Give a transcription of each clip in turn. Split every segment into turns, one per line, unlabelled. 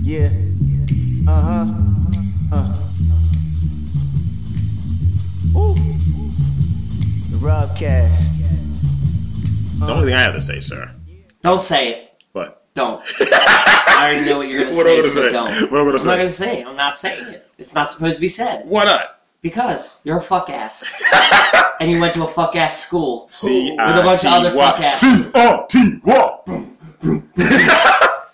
Yeah. Uh huh. Uh. Ooh. The Robcast.
The only thing I have to say, sir.
Don't say it.
What?
Don't. I already know what you're gonna
What am
say,
I gonna
so
say?
don't.
What am I gonna
I'm
say?
not gonna say it. I'm not saying it. It's not supposed to be said
Why not?
because you're a fuck ass, and you went to a fuck ass school
C
with a
I
bunch
T
of other fuck
Y. C
asses.
I T Y.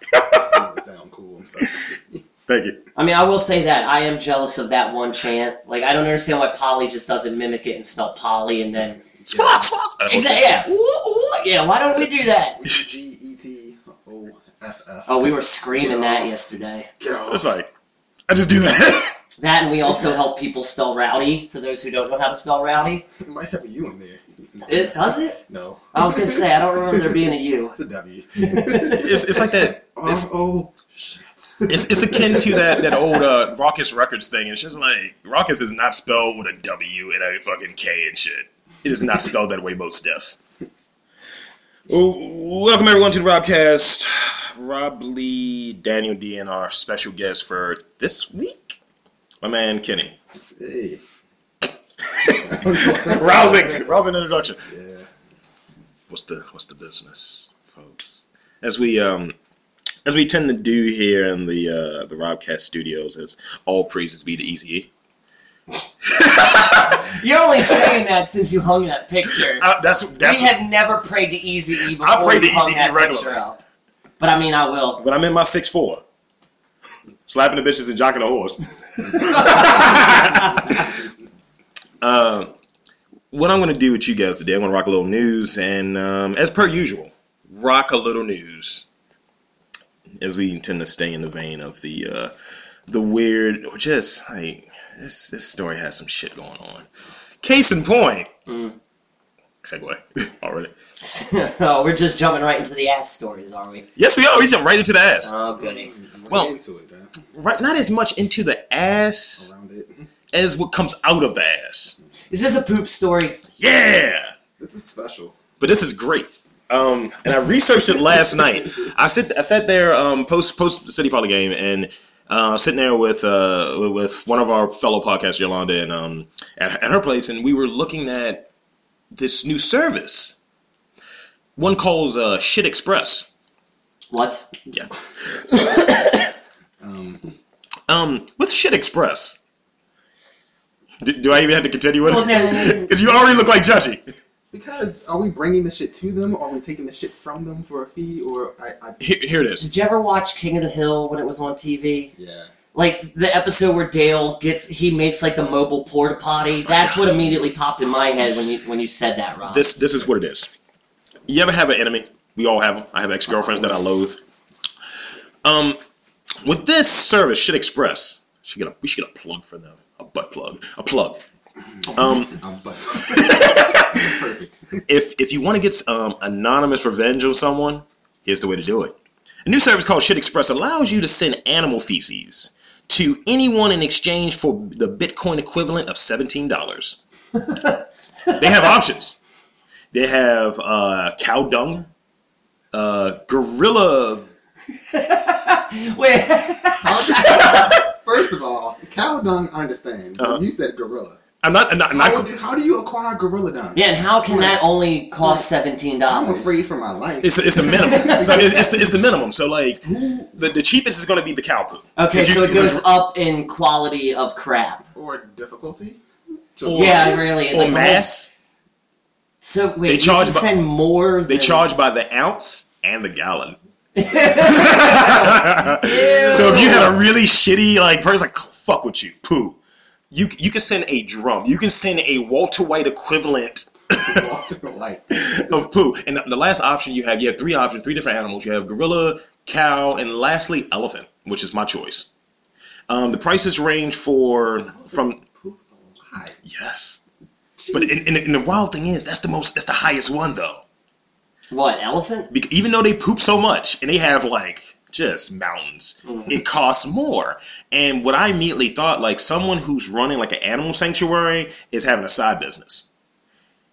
doesn't sound cool. I'm sorry.
Thank you.
I mean, I will say that I am jealous of that one chant. Like, I don't understand why Polly just doesn't mimic it and spell Polly and then squawk squawk.
That's what-
Exactly. Yeah. Woo, woo. Yeah. Why don't we do that?
G E T O F F.
Oh, we were screaming that yesterday.
Get off.
It's like I just do that.
That, and we also help people spell rowdy. For those who don't know how to spell rowdy,
It might have a U in there.
it does it.
No.
I was gonna say I don't remember there being a U.
It's a W.
it's, it's like that.
R
It's,
O. Shit.
it's, it's akin to that that old uh, Raucous Records thing. It's just like Raucous is not spelled with a W and a fucking K and shit. It is not spelled that way most deaf. Well, welcome everyone to the Robcast. Rob Lee, Daniel D, and our special guest for this week, my man Kenny.
Hey.
Rousing, rousing introduction.
Yeah.
what's the what's the business, folks? As we um as we tend to do here in the uh, the Robcast Studios, as all praises be to E Easy.
You're only saying that since you hung that picture.
Uh, that's that's
we had never prayed to Easy E before
I prayed
you
to
hung
Eazy-E
that
regularly.
picture up. But I mean, I will.
when I'm in my six four, slapping the bitches and jocking the horse. uh, what I'm going to do with you guys today, I'm going to rock a little news, and um, as per usual, rock a little news, as we intend to stay in the vein of the uh, the weird, or just like this this story has some shit going on. Case in point.
Mm.
Segue already.
oh, we're just jumping right into the ass stories, are we?
Yes, we are. We jump right into the ass.
Oh, goody.
I'm
Well-
into it, man.
Right, not as much into the ass.
Around it.
as what comes out of the ass.
Is this a poop story?
Yeah,
This is special.
but this is great. Um, and I researched it last night. I sit I sat there um, post post City Poly game and uh, sitting there with uh, with one of our fellow podcasts, Yolanda, and um, at, at her place, and we were looking at this new service. One calls uh, Shit Express.
What?
Yeah.
Um,
Um, with Shit Express. Do, do I even have to continue with
Well, no.
Because you already look like Judgy.
because are we bringing the shit to them? Are we taking the shit from them for a fee? Or I, I
Here, here it is.
Did you ever watch King of the Hill when it was on TV?
yeah.
Like the episode where Dale gets he makes like the mobile porta potty. That's what immediately popped in my head when you when you said that, Rob.
this this is what it is. You ever have an enemy? We all have them. I have ex girlfriends that I loathe. Um, with this service, Shit Express, should get a, we should get a plug for them, a butt plug, a plug. Um,
I'm but. Perfect.
if if you want to get um, anonymous revenge on someone, here's the way to do it. A new service called Shit Express allows you to send animal feces to anyone in exchange for the Bitcoin equivalent of seventeen dollars. they have options. They have uh, cow dung, uh, gorilla.
Wait.
First of all, cow dung. I understand. but
Uh-huh.
You said gorilla.
I'm not. I'm not. I'm
How,
not
do, how do you acquire gorilla dung?
Yeah, and how can that only cost seventeen
I'm
dollars?
afraid for my life.
it's, the, it's the minimum. So it's, it's, the, it's the minimum. So like, the, the cheapest is going to be the cow poo.
Okay,
'Cause you-
so it
'cause
goes up in quality of crap.
or difficulty.
Or-
Yeah, really.
or
like,
mass.
So wait,
They
you
charge
can
bu-
send more.
They
than-
charge by the ounce and the gallon. so if you had a really shitty like person like "Oh, fuck with you, poo. You you can send a drum. You can send a Walter White equivalent
Walter White.
of poo. And the, the last option you have, you have three options, three different animals. You have gorilla, cow, and lastly elephant, which is my choice. Um, the prices range for from
Who alive?
yes, but and, and, and the wild thing is that's the most that's the highest one though.
what elephant?
Bec- even though they poop so much and they have like just mountains it costs more and what i immediately thought like someone who's running like an animal sanctuary is having a side business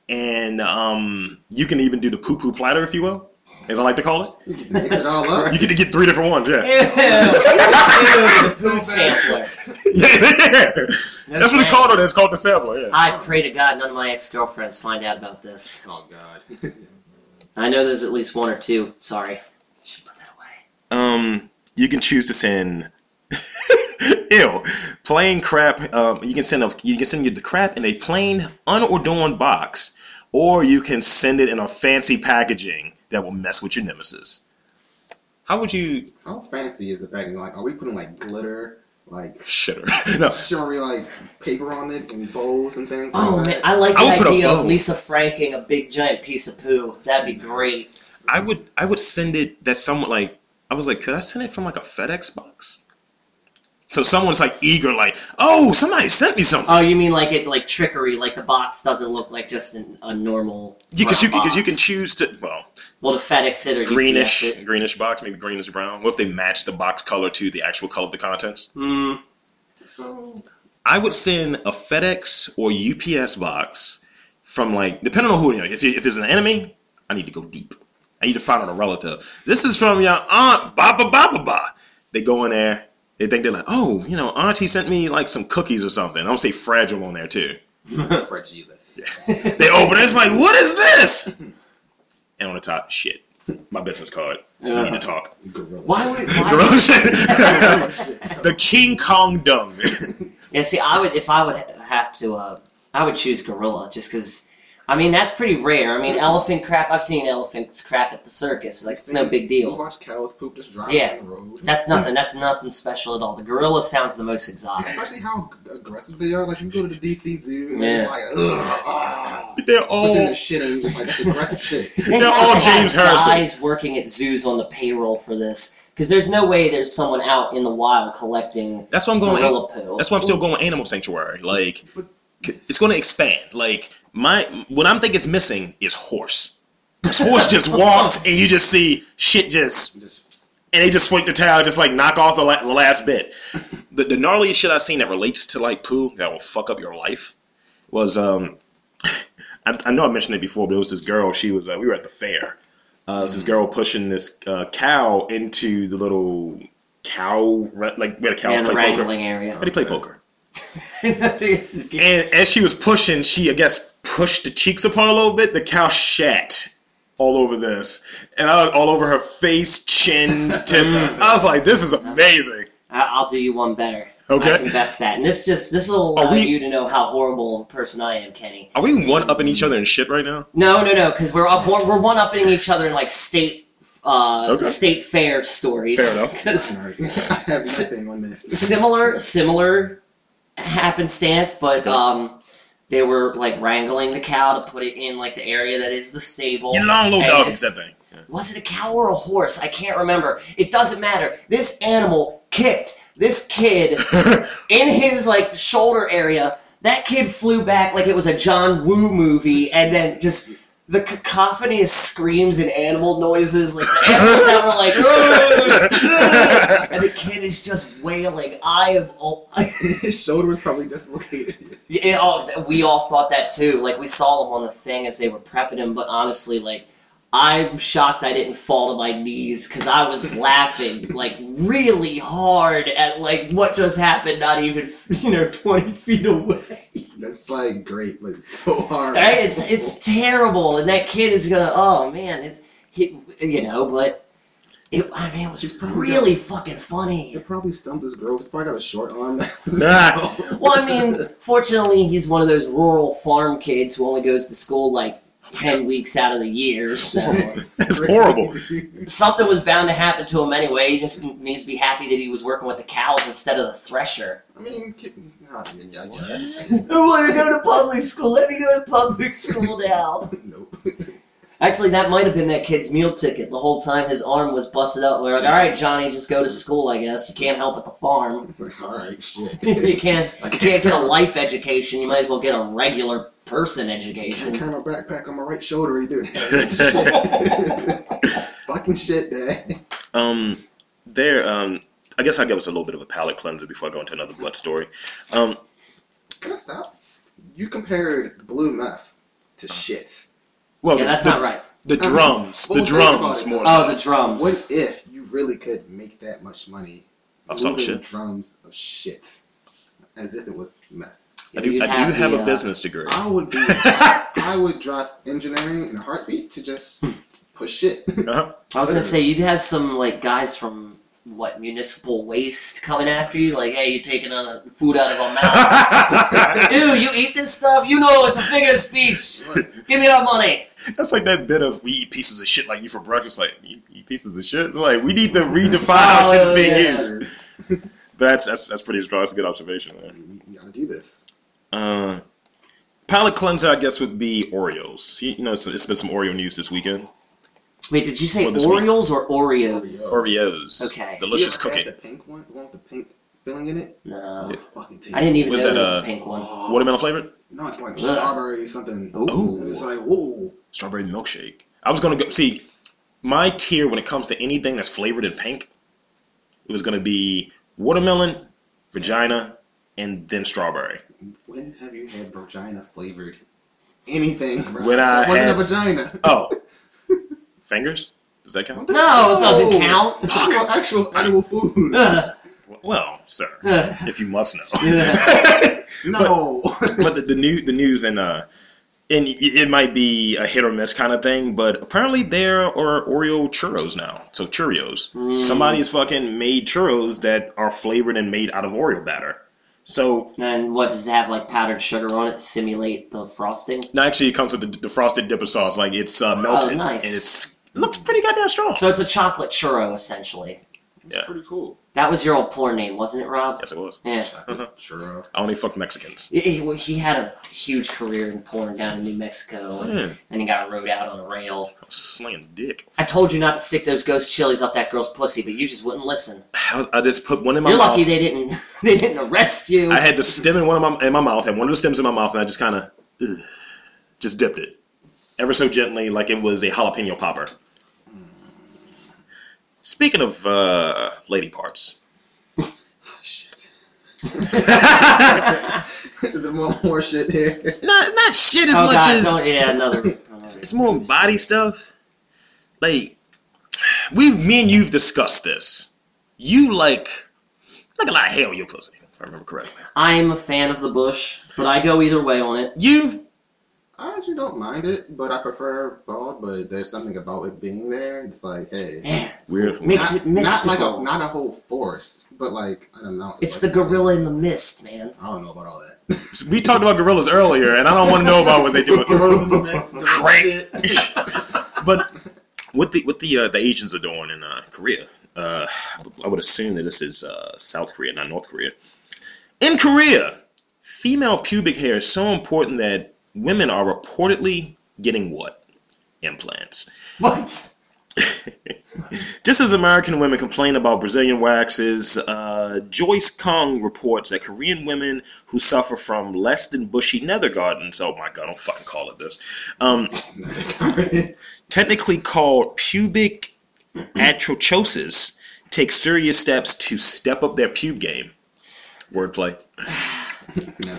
and um, you can even do the poo poo platter if you will as I like to call it.
You can mix it all up.
You get to get three different ones.
Ew.
Yeah,
Ew. Food sampler.
yeah. That's what it's called. though. It's called the sampler. Yeah.
I pray to God none of my ex girlfriends find out about this.
Oh God.
I know there's at least one or two. Sorry. Should put that away.
um, you can choose to send ew plain crap. Um, you can send a you can send you the crap in a plain unadorned box, or you can send it in a fancy packaging that will mess with your nemesis. How would you
How fancy is the packaging? Like, are we putting like glitter, like
shitter? No,
shimmery, like paper on it, and bowls and things?
Oh man,
like that?
I like
I would
the
put a
idea of
bow.
Lisa franking a big giant piece of poo. That'd be great.
I would I would send it that someone like I was like, could I send it from like a FedEx box? So someone's like eager, like, oh, somebody sent me something.
Oh, you mean like it like trickery? Like the box doesn't look like just an, a normal.
Because you
brown
because you
box.
can choose to well
Well, to FedEx it or UPS
greenish
It.
greenish box maybe greenish brown. What if they match the box color to the actual color of the contents?
Mm,
So
I would send a FedEx or UPS box from like depending on who you know. If you, if it's an enemy, I need to go deep. I need to find out a relative. This is from your aunt. Ba ba ba ba ba. They go in there. They think they're like, oh, you know, auntie sent me like some cookies or something. I'm gonna say fragile on there too.
fragile.
They open it. It's like, what is this? And on the top, shit, my business card. We need to talk.
Gorilla.
why would? Why,
Gorilla shit.
Gorilla shit.
the King Kong dung.
yeah, see, I would if I would ha- have to. Uh, I would choose gorilla just because. I mean, that's pretty rare. I mean, elephant crap. I've seen elephants crap at the circus. Like it's no big
You
deal.
watch cows poop just driving
Yeah.
down the road.
That's nothing. That's nothing special at all. The gorilla sounds the most exotic.
Oh,
Especially how aggressive they are. Like you go to the DC Zoo and
Yeah.
they're just like, ugh, ah.
They're
But then
all
they're shitting just like that's aggressive shit.
They
They're
have
all
to have
James Harrison.
Guys working at zoos on the payroll for this, because there's no way there's someone out in the wild collecting
That's why I'm going.
gorilla poo.
That's why I'm still going animal sanctuary. Like
But-
c- it's going to expand. Like my what I'm thinking is missing is horse. 'Cause horse just walks and you just see shit just
Just
and they just flick the towel, just like knock off the, la- the last bit. The, the gnarliest shit I've seen that relates to like poo that will fuck up your life was um, I, I know I mentioned it before, but it was this girl. She was uh, we were at the fair. Uh, it was this girl pushing this uh, cow into the little cow re- like where the cows
and the
play poker.
wrangling area.
How do you play poker?
This is good.
And as she was pushing, she, I guess, pushed the cheeks apart a little bit. The cow shat all over this. And I, all over her face, chin, tip. I was like, this is amazing.
I- I'll do you one better.
Okay.
I can best that, and this just this will
Are
allow
we-
you to know how horrible a person I am, Kenny.
Are we one upping each other in shit right now?
No, no, no, because we're up we're one upping each other in like state uh,
Okay.
state fair stories.
Fair enough.
'Cause
I have nothing on this.
similar similar happenstance, but um, they were like wrangling the cow to put it in like the area that is the stable.
Get long, little
And
dog,
it's-
that thing.
Was it a cow or a horse? I can't remember. It doesn't matter. This animal kicked this kid in his like shoulder area. That kid flew back like it was a John Woo movie, and then just the cacophony of screams and animal noises, like the animals that were like, "Ugh, ugh," and the kid is just wailing. I am. Oh,
His shoulder was probably dislocated.
it, all, oh, we all thought that too. Like we saw them on the thing as they were prepping him, but honestly, like I'm shocked I didn't fall to my knees because I was laughing like really hard at like what just happened. Not even you know 20 feet away.
That's like great, but it's so hard.
Right? It's it's terrible, and that kid is gonna. Oh man, it's he, you know, but it. I mean, it was
He's probably
really fucking funny.
It probably stumped his girl. He's probably got a short arm.
Nah.
Well, I mean, fortunately, he's one of those rural farm kids who only goes to school like ten weeks out of the year. So
That's horrible.
something was bound to happen to him anyway. He just needs to be happy that he was working with the cows instead of the thresher.
I mean, kittens. Nah, I mean, yeah,
I
yeah.
want to go to public school. Let me go to public school now.
nope.
Actually, that might have been that kid's meal ticket. The whole time his arm was busted up. We're like, all right, Johnny, just go to school. I guess you can't help at the farm.
All right, shit.
you can't. You can't get a life education. You might as well get a regular person
I
education.
carry my backpack on my right shoulder. You do Fucking shit, Dad.
Um, there, um, I guess I'll give us a little bit of a palate cleanser before I go into another blood story. Um,
Can I stop? You compared blue meth to shit.
well,
Yeah,
the-
that's
Oh, the-
not right.
The
I mean,
drums,
but
the
we'll think about
drums
it.
more so.
Oh, the drums.
What if you really could make that much money
Oh,
Of some
moving
shit.
drums of shit as if it was meth?
I do,
You'd
I do have
the,
a
uh,
business degree.
I would be. I would drop engineering in a heartbeat to just push shit.
Uh-huh.
I was gonna say you'd have some like guys from what municipal waste coming after you, like, hey, you're taking on food out of our mouths. Ew, you eat this stuff? You know it's a figure of speech. Give me our money.
That's like that bit of we eat pieces of shit like you for breakfast. Like you eat pieces of shit. Like we need to redefine how shit is being
Oh, yeah.
used. That's that's that's pretty strong. That's a good observation there.
You you gotta do this.
Uh, palate cleanser, I guess, would be Oreos. You, you know, it's, it's been some Oreo news this weekend.
Wait, did you say
Well, this week-
Orioles or Oreos?
Oreos.
Okay.
Delicious
You ever
cookie.
had The pink one, the one with the pink filling in it.
No,
Oh, it's fucking tasty.
I didn't even
Was
know
that,
there was
uh,
a pink one.
Oh,
Watermelon flavored?
No, it's like
Ugh.
strawberry something.
Ooh.
And It's like whoa.
Strawberry milkshake. I was gonna go see my tier when it comes to anything that's flavored in pink. It was gonna be watermelon, vagina, and then strawberry.
When have you had vagina flavored anything? bro?
When I
That wasn't
had-
a vagina.
Oh, fingers? Does that count?
No, it doesn't count.
This is about actual edible food.
Ugh,
Well, sir,
ugh.
if you must know.
Yeah.
no.
but the, the new the news and uh and y- it might be a hit or miss kind of thing, but apparently there are Oreo churros now. So Cheerios.
Mm.
Somebody's fucking made churros that are flavored and made out of Oreo batter. So
and what does it have like powdered sugar on it to simulate the frosting?
now actually it comes with the, the frosted dipper sauce. Like it's uh, melted
Oh, nice.
and it's it looks pretty goddamn strong.
So it's a chocolate churro essentially.
Yeah.
Pretty cool.
That was your old porn name, wasn't it, Rob?
yes, it was.
Yeah.
Uh-huh. Sure.
I only fuck Mexicans.
He- He, well, he had a huge career in porn down in New Mexico, and
Yeah,
then he got rode out on a rail.
I was slaying dick.
I told you not to stick those ghost chilies up that girl's pussy, but you just wouldn't listen.
I, was, I just put one in my
You're
mouth.
lucky they didn't they didn't arrest you.
I had the stem in one of my in my mouth, had one of the stems in my mouth, and I just kind of just dipped it ever so gently, like it was a jalapeno popper. Speaking of uh, lady parts,
Shit.
not
Is it more, more shit here?
not shit as
oh
much
God!
as
don't, yeah, another.
it's more body stuff. Like we, me and you've discussed this. You like like a lot of hair on your pussy, if I remember correctly.
I'm a fan of the bush, but I go either way on it.
You
I actually don't mind it, but I prefer bald. But there's something about it being there. It's like, hey,
Yeah,
weird.
Makes
not,
it mystical.
Not like a not a whole forest, but like I don't know.
it's the
like-
gorilla in the mist, man.
I don't know about all that.
We talked about gorillas earlier, and I don't want to know about what they do with
Gorillas
gorillas.
in the Mexico
Great.
shit.
but what the what the uh, the Asians are doing in uh, Korea, uh, I would assume that this is uh, South Korea, not North Korea. In Korea, female pubic hair is so important that women are reportedly getting what implants.
What?
Just as American women complain about Brazilian waxes, uh, Joyce Kong reports that Korean women who suffer from less than bushy nether gardens, oh my god, don't fucking call it this, um, technically called pubic atrochosis, take serious steps to step up their pube game. Wordplay.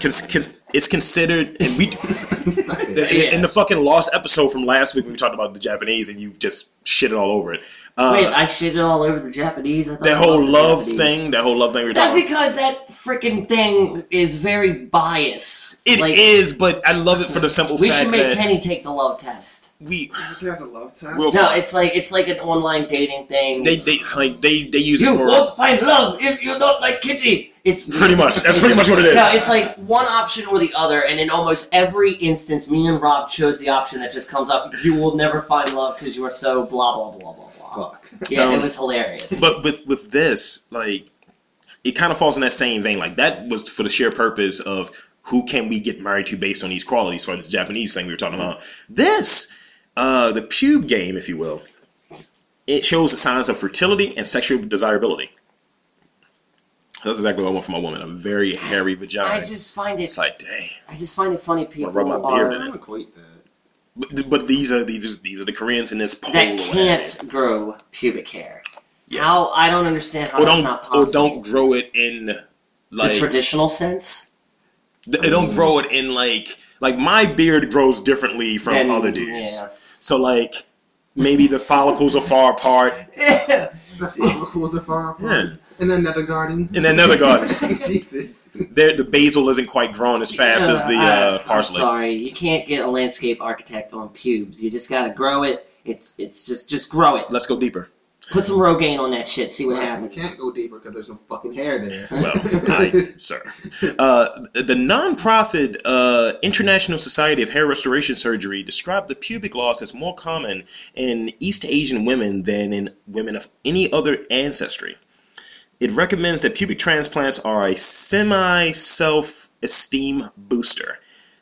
Cons- cons- it's considered, and we
Stop it.
in, in the fucking lost episode from last week when we talked about the Japanese, and you just shit all over it. Uh,
Wait, I shit it all over the Japanese. I thought
that
I
whole
loved the
love
Japanese.
thing, that whole love thing we were
That's
talking.
because that freaking thing is very biased.
It is,
like,
but I love it for the simple
We
fact
should make
that
Kenny take the love test.
we
There's a love test.
Well,
No, it's like it's like an online dating thing.
they
It's-
they like they they use
you
it for
won't find love if you're not like Kitty. It's
pretty much. That's pretty much what it is.
No, it's like one option or the other, and in almost every instance, me and Rob chose the option that just comes up. You will never find love because you are so blah blah blah blah blah.
Fuck.
Yeah, it
Um,
was hilarious.
but with with this like it kind of falls in that same vein like that was for the sheer purpose of who can we get married to based on these qualities for the japanese thing we were talking about this uh the pube game if you will it shows the signs of fertility and sexual desirability that's exactly what i want from a woman a very hairy vagina
I just find it.
it's like dang
I just find it funny. People
rub my beard
are,
I don't equate that.
but, but these are these are, these are the koreans in this poll
that
or whatever.
can't grow pubic hair.
Yeah.
How I don't understand how
or
that's not
don't or
possible.
don't grow it in like
the traditional sense.
Th- It don't grow it in like like my beard grows differently from
Then,
other dudes.
Yeah.
So like Maybe the follicles are far apart.
The follicles are far apart.
Yeah.
In another garden.
In another garden.
Jesus.
There, the basil isn't quite grown as fast as the
I-
uh, parsley.
I'm sorry, you can't get a landscape architect on pubes. You just gotta grow it. It's it's just just grow it.
Let's go deeper.
Put some Rogaine on that shit. See what
Well, we can't
happens.
go deeper because there's no fucking hair there.
Well, I, sir. Uh, the nonprofit uh, International Society of Hair Restoration Surgery described the pubic loss as more common in East Asian women than in women of any other ancestry. It recommends that pubic transplants are a semi self esteem booster.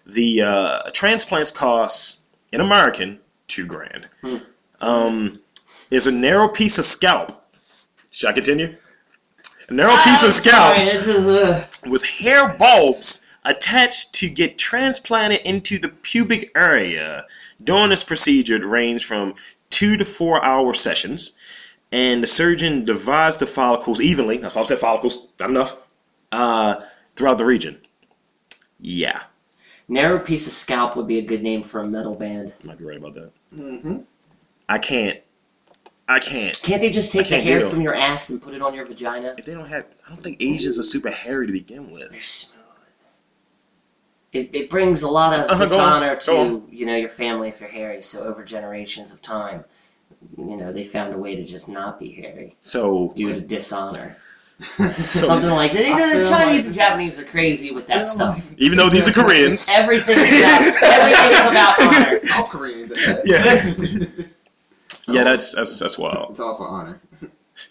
The uh, transplants cost, in American, two grand. Um, is a narrow piece of scalp. Should I continue? A narrow piece
I'm
of scalp
Sorry, this is uh,
with hair bulbs attached to get transplanted into the pubic area. During this procedure, it ranged from two to four hour sessions, and the surgeon divides the follicles evenly. That's why I said follicles, not enough, uh, throughout the region. Yeah,
narrow piece of scalp would be a good name for a metal band.
you might be right about that.
Mm-hmm.
I can't. I can't.
Can't they just take the
can't do
hair
it.
from your ass and put it on your vagina?
If they don't have, I don't think Asians are super hairy to begin with.
They're smooth. It, it brings a lot of
Uh-huh, go on,
dishonor
go
to you know your family if you're hairy. So over generations of time, you know they found a way to just not be hairy
So,
due to dishonor.
So-
Something like that. You
I
know, the
feel
Chinese
like-
and Japanese are crazy with that stuff.
even though these are Koreans,
Everything is about, everything is about honor.
All Koreans. at
Yeah.
that.
yeah, that's that's that's wild.
It's all for honor.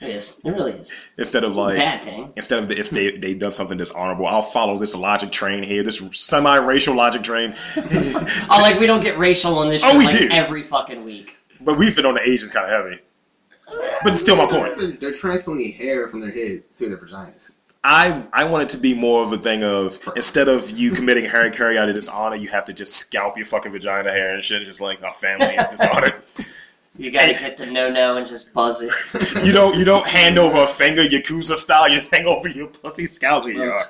It is. It really is.
Instead of
It's a
like
bad thing.
instead of the, if they they've done something that's honorable, I'll follow this logic train here, this semi-racial logic train.
Oh, like we don't get racial on this show
Oh, we
like
do.
every fucking week.
but we've been on the Asians kind of heavy. But still, my point.
They're, they're transplanting hair from their head to their vaginas.
I I want it to be more of a thing of instead of you committing Harry Curry out of dishonor, you have to just scalp your fucking vagina hair and shit. It's just like our family is dishonored.
You gotta hit the no no and just buzz it.
you don't you don't hand over a finger yakuza style. You just hang over your pussy scalp. and you're,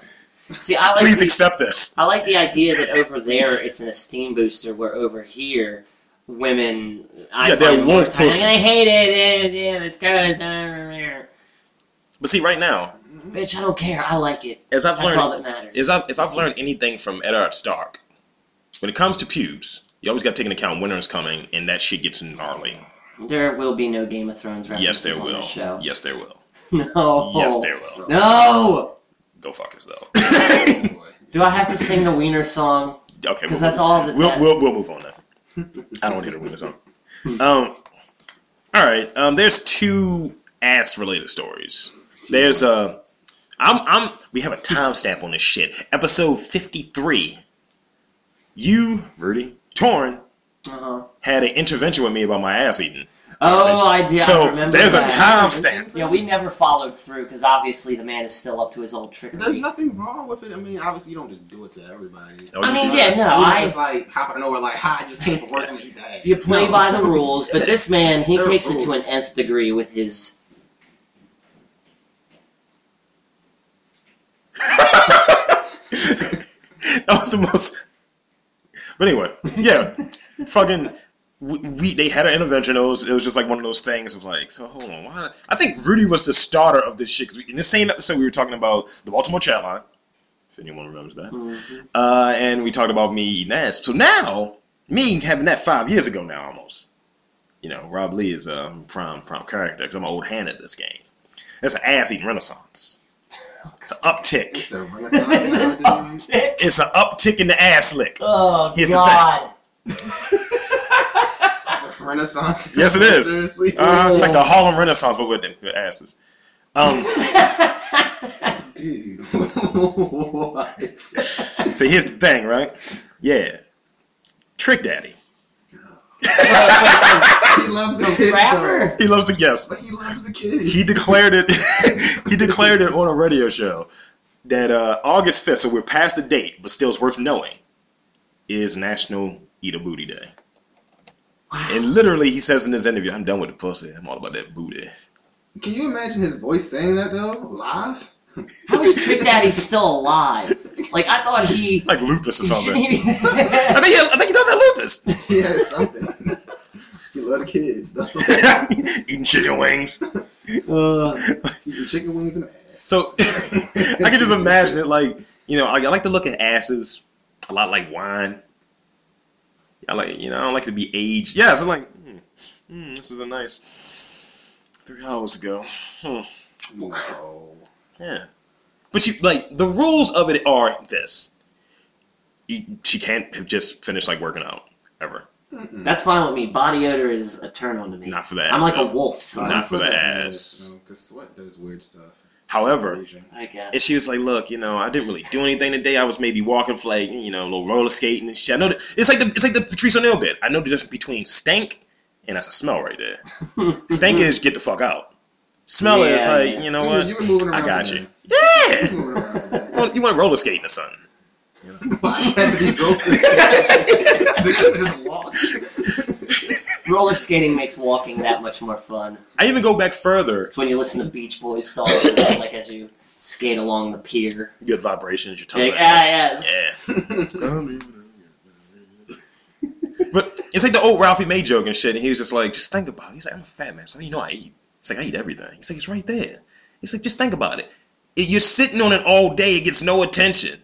See, I like
Please
the,
accept this.
I like the idea that over there it's an esteem booster, where over here women I
Yeah, they're
find more
worth
time-
pushing.
I hate it. Yeah, yeah, it's kind of
But see, right now,
bitch. I don't care. I like it.
as I've
That's
learned,
all that matters.
is I've, if I've learned anything from Eddard Stark, when it comes to pubes, you always got to take into account winter is coming, and that shit gets gnarly.
There will be no Game of Thrones references
Yes, there
on
will.
this show. Oh.
Yes, there will.
No.
Yes, there will.
No.
Go fuck yourself.
Oh, boy.
Do I have to sing the Wiener song?
okay,
Because
we'll,
that's all that's
we'll, we'll we'll move on now. I don't want to hit a winner song. Um, all right. Um, there's two ass related stories. There's uh, I'm I'm we have a timestamp on this shit. Episode fifty three. You Rudy Torn
Uh-huh.
had an intervention with me about my ass eating.
Oh, I did. I
so
remember
there's
that.
a timestamp.
Yeah, we never followed through because obviously the man is still up to his old trickery.
There's nothing wrong with it. I mean, obviously, you don't just do it to everybody.
Oh,
I
you
mean,
do.
yeah, no,
you don't
I-
just like hop out of nowhere like, "Hi, I just came from work and eat that."
You play
No.
by the rules, but this man he
There are
takes it to an
rules.
nth degree with his.
that was the most. But anyway, yeah, fucking. We, we they had an intervention. It was, it was just like one of those things of like, so hold on, why? I think Rudy was the starter of this shit. 'cause we- in the same episode, we were talking about the Baltimore chat line, if anyone remembers that, uh, and we talked about me eating ass. So now, me having that five years ago now, almost. You know, Rob Lee is a prime prime character because I'm an old hand at this game. That's an ass eating renaissance. It's an uptick.
It's a renaissance. dude.
It's an uptick in the ass lick.
Oh
Here's the
God!
It's a renaissance.
Yes, it is.
Seriously.
Uh, it's like a Harlem Renaissance, but with, with asses. Um,
Dude, what?
so here's the thing, right? Yeah, Trick Daddy.
He loves the kid,
Rapper.
though.
He loves to guess.
But he loves the kid.
He declared it. he declared it on a radio show that uh, August fifth, so we're past the date, but still it's worth knowing, is National Eat a Booty Day. And literally, he says in this interview, "I'm done with the pussy. I'm all about that booty."
Can you imagine his voice saying that though, live?
How is Trick Daddy still alive? Like I thought he.
Like lupus or something.
he-
I think he, I think he does have lupus.
He has something. he lot of kids. though.
Eating chicken wings.
Eating chicken wings and ass.
So I can just imagine it. Like you know, I, I like to look at asses a lot, like wine. I like you know, I don't like it to be aged. Yeah, so I'm like, hmm, hmm, this is a nice three hours ago. Hmm,
No.
yeah, but you like the rules of it are this: you, she can't have just finished like working out ever.
That's fine with me. Body odor is a turn on to me.
Not for that.
I'm like a
so.
wolf, son.
Not for the
that
ass.
Because sweat does weird stuff.
However,
Asian.
I guess.
And she was like, "Look, you know, I didn't really do anything today. I was maybe walking, for like, you know, a little roller skating and shit. I know that, it's like the it's like the Patrice O'Neal bit. I know the difference between stank and that's a smell right there. stank is get the fuck out. Smell is
Yeah,
like,
yeah.
you know
Mm-hmm. Yeah,
what?
you were moving
I
around
got
some
you.
You
Yeah.
were moving around some
You want, you want roller skating or something?
Why had to be broken? they could have just walked.
Roller skating makes walking that much more fun.
I even go back further.
It's when you listen to Beach Boys songs, like as you skate along the pier.
Good vibrations. Your tongue.
Like, ah,
yeah.
yes.
but it's like the old Ralphie May joke and shit. And he was just like, just think about it. He's like, I'm a fat man, so you know I eat. It's like I eat everything. He's like, it's right there. He's like, just think about it. If you're sitting on it all day, it gets no attention.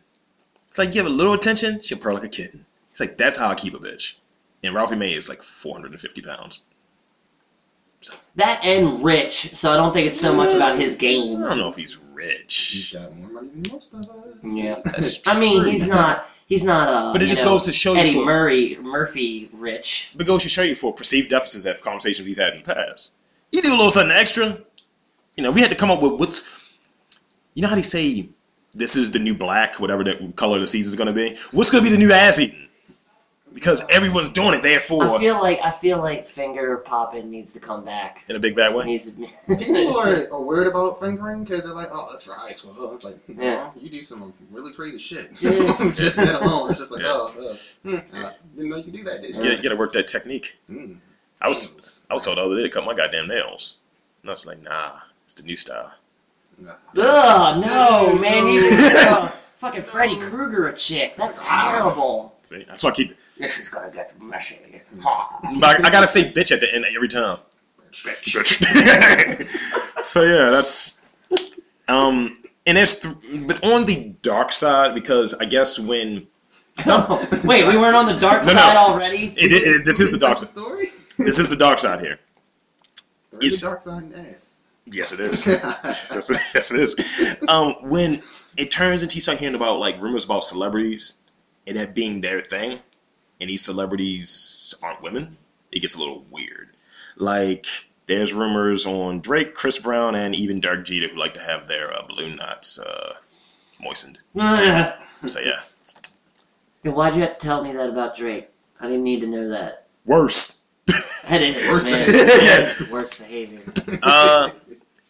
It's like give it a little attention, she'll purr like a kitten. It's like that's how I keep a bitch. And Ralphie May is like 450 pounds.
That and rich, so I don't think it's so much about his
I
game.
don't know if he's rich.
He's got more money than most of us.
Yeah.
That's
I mean,
true.
he's not. He's not. Uh,
But it
you
just
know,
goes to show you
Eddie
for-
Murray Murphy rich.
But goes to show you for perceived deficits that conversations we've had in the past. You do a little something extra. You know, we had to come up with what's. You know how they say this is the new black, whatever that color the season's going to be? What's going to be the new ass eating? Because everyone's doing it,
I
therefore,
feel like I feel like finger popping needs to come back.
in a big bad
It
way.
needs
People
to
are, are worried about fingering because they're like, oh, that's right. Well, it's like, no,
Yeah.
you do some really crazy shit.
Yeah.
just that alone. It's just like,
Yeah.
oh, uh, hmm, I didn't know you could do that, did you?
You got to work that technique.
Mm.
I was I was told the other day to cut my goddamn nails. And I was like, nah, it's the new style.
Nah.
be. Ugh, no, man. You,
No.
uh, fucking Freddy Krueger a chick. That's
It's like, ah.
terrible.
See, that's why I keep.
This is gonna get messy. Ha.
But I, I got to say bitch at the end every time.
Bitch.
so yeah, that's um, and it's th- but on the dark side because I guess when
So, wait, we weren't on the dark
No, no.
side already?
it, it, it- this is the dark
That's
side.
story.
This is the dark side here.
There is
It's-
a dark side in ass.
Yes, it is. Yes, it- yes, it is. Um, when it turns into you start hearing about like rumors about celebrities and that being their thing, and these celebrities aren't women, it gets a little weird. Like there's rumors on Drake, Chris Brown, and even Derek Jeter who like to have their uh, balloon knots uh, moistened.
Ugh.
So yeah,
Hey, Why'd you have to tell me that about Drake? I didn't need to know that.
worse.
That is,
Worst
man.
behavior.
That's worst behavior.
Uh,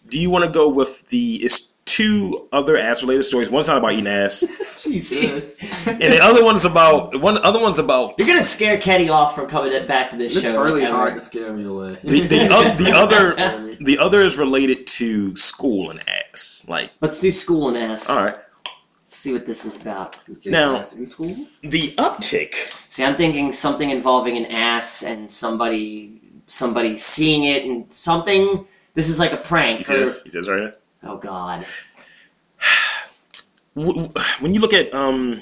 do you want to go with the? It's two other ass-related stories. One's not about eating ass,
Jesus.
and the other one's about one. the Other one's about
You're gonna scare Kenny off from coming back to this
It's
show.
really
ever.
hard to scare me away.
the the, oth- the other.
Scare me.
The other is related to school and ass. Like,
Let's do school and ass.
all right,
Let's see what this is about.
Now-
Ass in school?
the uptick.
See, I'm thinking something involving an ass and somebody, somebody seeing it and something. This is like a
He
prank. or-
says, he says right here.
oh God.
W- w- When you look at um,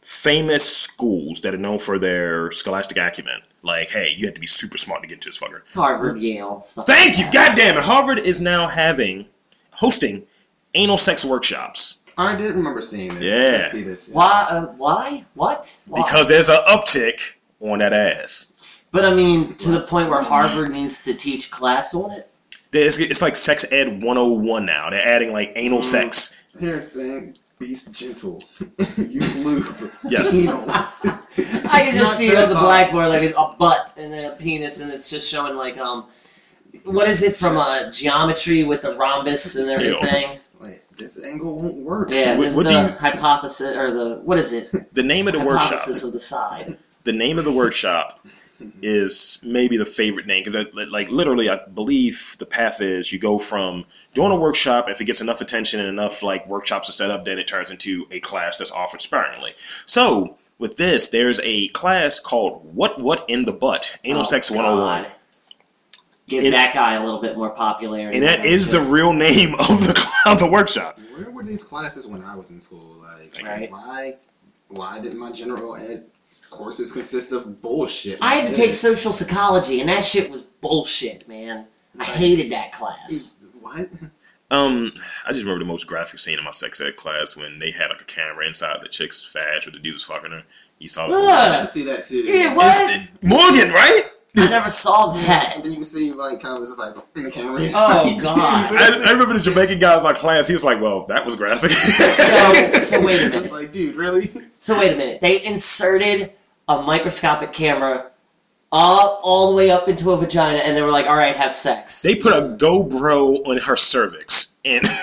famous schools that are known for their scholastic acumen, like, hey, you have to be super smart to get into this fucker.
Harvard, Yale, stuff.
Thank you,
like that.
goddamn it! Harvard is now having hosting anal sex workshops
I did remember seeing this. I
Yeah.
did see this. yes.
Why? Uh, why? What? Why?
because there's an uptick on that ass.
But I mean, to the point where Harvard needs to teach class on it.
There's, it's like sex ed 101 now. They're adding like anal
Mm.
sex.
Parents think beast gentle. Use lube.
Yes.
You know.
I can just
Not
see it on the
that
blackboard like a butt and then a penis, and it's just showing like um, what is it from uh, geometry with the rhombus and everything?
Like, this angle won't work.
Yeah,
What-
there's
what do
the
you-
hypothesis or the what is it?
The name of the workshop.
hypothesis of the side.
The name of the workshop is maybe the favorite name because like literally I believe the path is you go from doing a workshop if it gets enough attention and enough like workshops are set up then it turns into a class that's offered sparingly. So with this, there's a class called "What What in the Butt" Anal
Oh,
Sex 101.
God. give
And-
that guy a little bit more popularity.
and that is the real name of the of the workshop.
Where were these classes when I was in school? Like,
Right.
why, why did my general ed courses consist of bullshit?
I had to
like
take
this?
social psychology, and that shit was bullshit, man. I hated that class.
What?
Um, I just remember the most graphic scene in my sex ed class when they had like a camera inside the chick's fag with the dude was fucking her. You saw the
Ugh.
I had to see that too.
Yeah, what?
It's the- Morgan, right?
I never saw that.
And then you can see like kind of just like in the camera. It's
Oh,
like,
God.
I, I remember the Jamaican guy in my class. He was like, "Well, that was graphic."
So, so wait a
It's
minute.
like, dude, really?
So wait a minute. They inserted a microscopic camera all, all the way up into a vagina, and they were like, "All right, have sex."
they put a GoPro on her cervix, and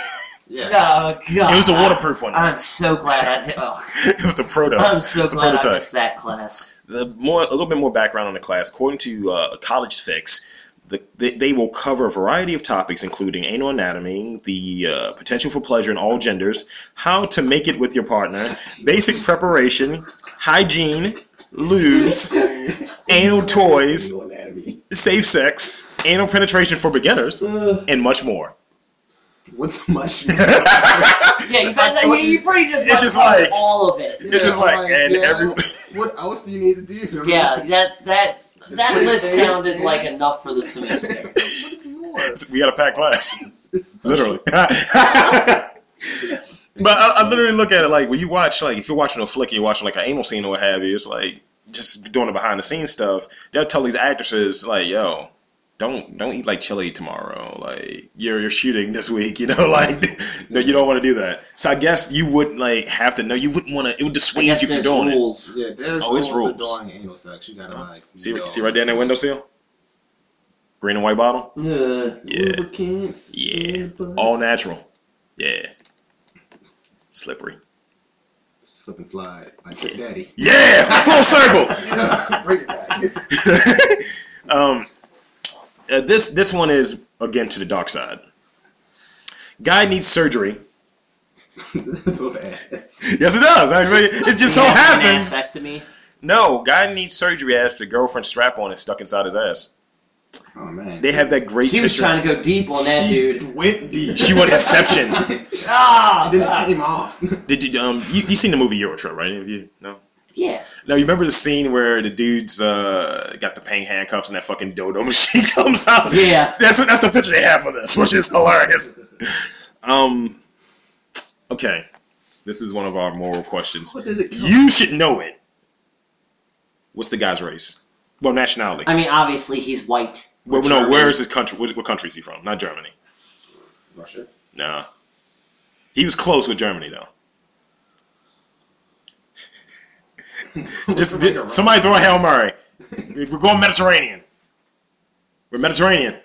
Yeah.
Oh god!
It was the waterproof one.
I'm so glad I did. Oh,
it was the proto.
I'm so
It's a
glad I
prototype.
missed that class.
the more a little bit more background on the class. According to uh, College Fix, the, they, they will cover a variety of topics, including anal anatomy, the uh, potential for pleasure in all genders, how to make it with your partner, basic preparation, hygiene, lubes, anal toys,
Anal anatomy.
safe sex, anal penetration for beginners, and much more.
What's much?
Yeah, you got that.
thought
You, you pretty just
It's
went
just
through
like-
all of it.
It's just
I'm
like, and
yeah,
every-
What else do you need to do?
Yeah, that that that list sounded like enough for the semester.
What more?
We got a packed class.
It's- it's-
literally. but I, I literally look at it like when you watch, like if you're watching a flick and you're watching like an anal scene or what have you, it's like just doing the behind the scenes stuff. They'll tell these actresses like, "Yo, don't don't eat like chili tomorrow. Like you're you're shooting this week, you know. Like no, you don't want to do that. So I guess you would like have to know. You wouldn't want to. It would
I
dissuade
guess
you from
there's
doing
rules.
Yeah, there's
Oh, it's
rules to
rules.
doing anal sex. You gotta like.
it. See
know.
see right there in that windowsill, green and white bottle.
Ugh.
Yeah,
Lubricants.
yeah,
but-
all natural. Yeah, slippery.
Slip and slide like your daddy.
Yeah, full circle.
Bring it back.
um, uh, this this one is again to the dark side. Guy needs surgery.
Ass.
Yes, it does. Actually, it just so
Yeah, an
happens.
Vasectomy.
No, guy needs surgery after girlfriend's strap on is stuck inside his ass.
Oh man.
They have that great.
She was
picture-
trying to go deep on that
she
dude.
went deep.
She went Inception.
Ah,
then it
God.
came off.
Did you um you, you seen the movie Eurotrip right? Have you no.
yeah.
No, you remember the scene where the dude's uh, got the pain handcuffs and that fucking dodo machine comes out?
Yeah.
That's that's the picture they have for this, which is hilarious. Um Okay. This is one of our moral questions.
What does it come?
You should know it. What's the guy's race? Well, nationality.
I mean, obviously he's white.
well, no,
German.
where is his country? What, what country is he from? Not Germany.
Russia.
Nah. He was close with Germany though. Just did, somebody throw a hail mary. We're going Mediterranean. We're Mediterranean.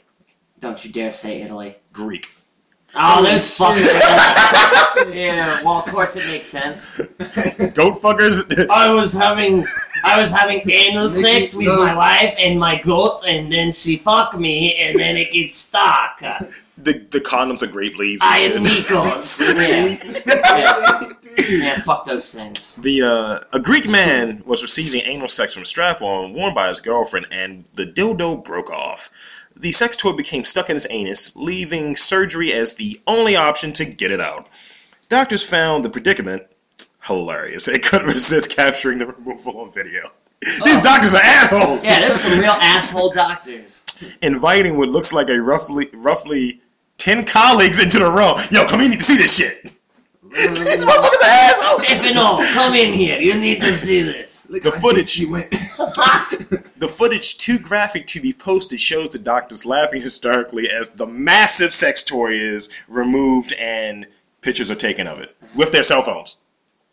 Don't you dare say Italy.
Greek.
Oh,
Oh,
those
shit.
fuckers. yeah, well, of course it makes sense.
Goat fuckers.
I was having, I was having anal
Mickey
sex with
does-
my wife and my goat, and then she fucked me, and then it gets stuck.
The the condoms are grape leaves.
I
and
am
shit.
Nikos. Yeah,
Dude.
yeah, fuck those things.
The uh, a Greek man was receiving anal sex from a strap-on worn by his girlfriend, and the dildo broke off. The sex toy became stuck in his anus, leaving surgery as the only option to get it out. Doctors found the predicament hilarious. They couldn't resist capturing the removal on video. These doctors are assholes.
Yeah, there's some real asshole doctors.
Inviting what looks like a roughly roughly ten colleagues into the room. Yo, come in, you need to see this shit. These motherfuckers are assholes.
Stefano, come in here. You need to see this.
Look
The
how
footage.
deep She went.
The footage, too graphic to be posted, shows the doctors laughing hysterically as the massive sex toy is removed and pictures are taken of it with their cell phones.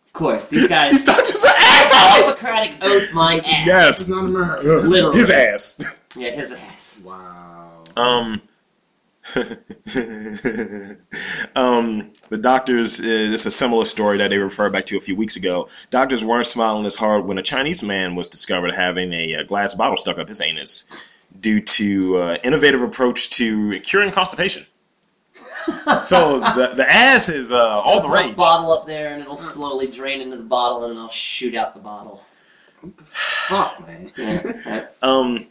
Of course, these
These
guys.
doctors are assholes!
Hippocratic oath, my ass.
Yes.
This is not America.
Literally.
His ass.
Yeah, his ass.
Wow.
Um. um, the doctors, uh, this is a similar story that they referred back to a few weeks ago. Doctors weren't smiling as hard when a Chinese man was discovered having a, uh glass bottle stuck up his anus due to uh, innovative approach to curing constipation. so the, the ass is uh, all the
Put a
rage.
bottle up there, and it'll slowly drain into the bottle, and then I'll shoot out the bottle.
What the fuck, man?
Um,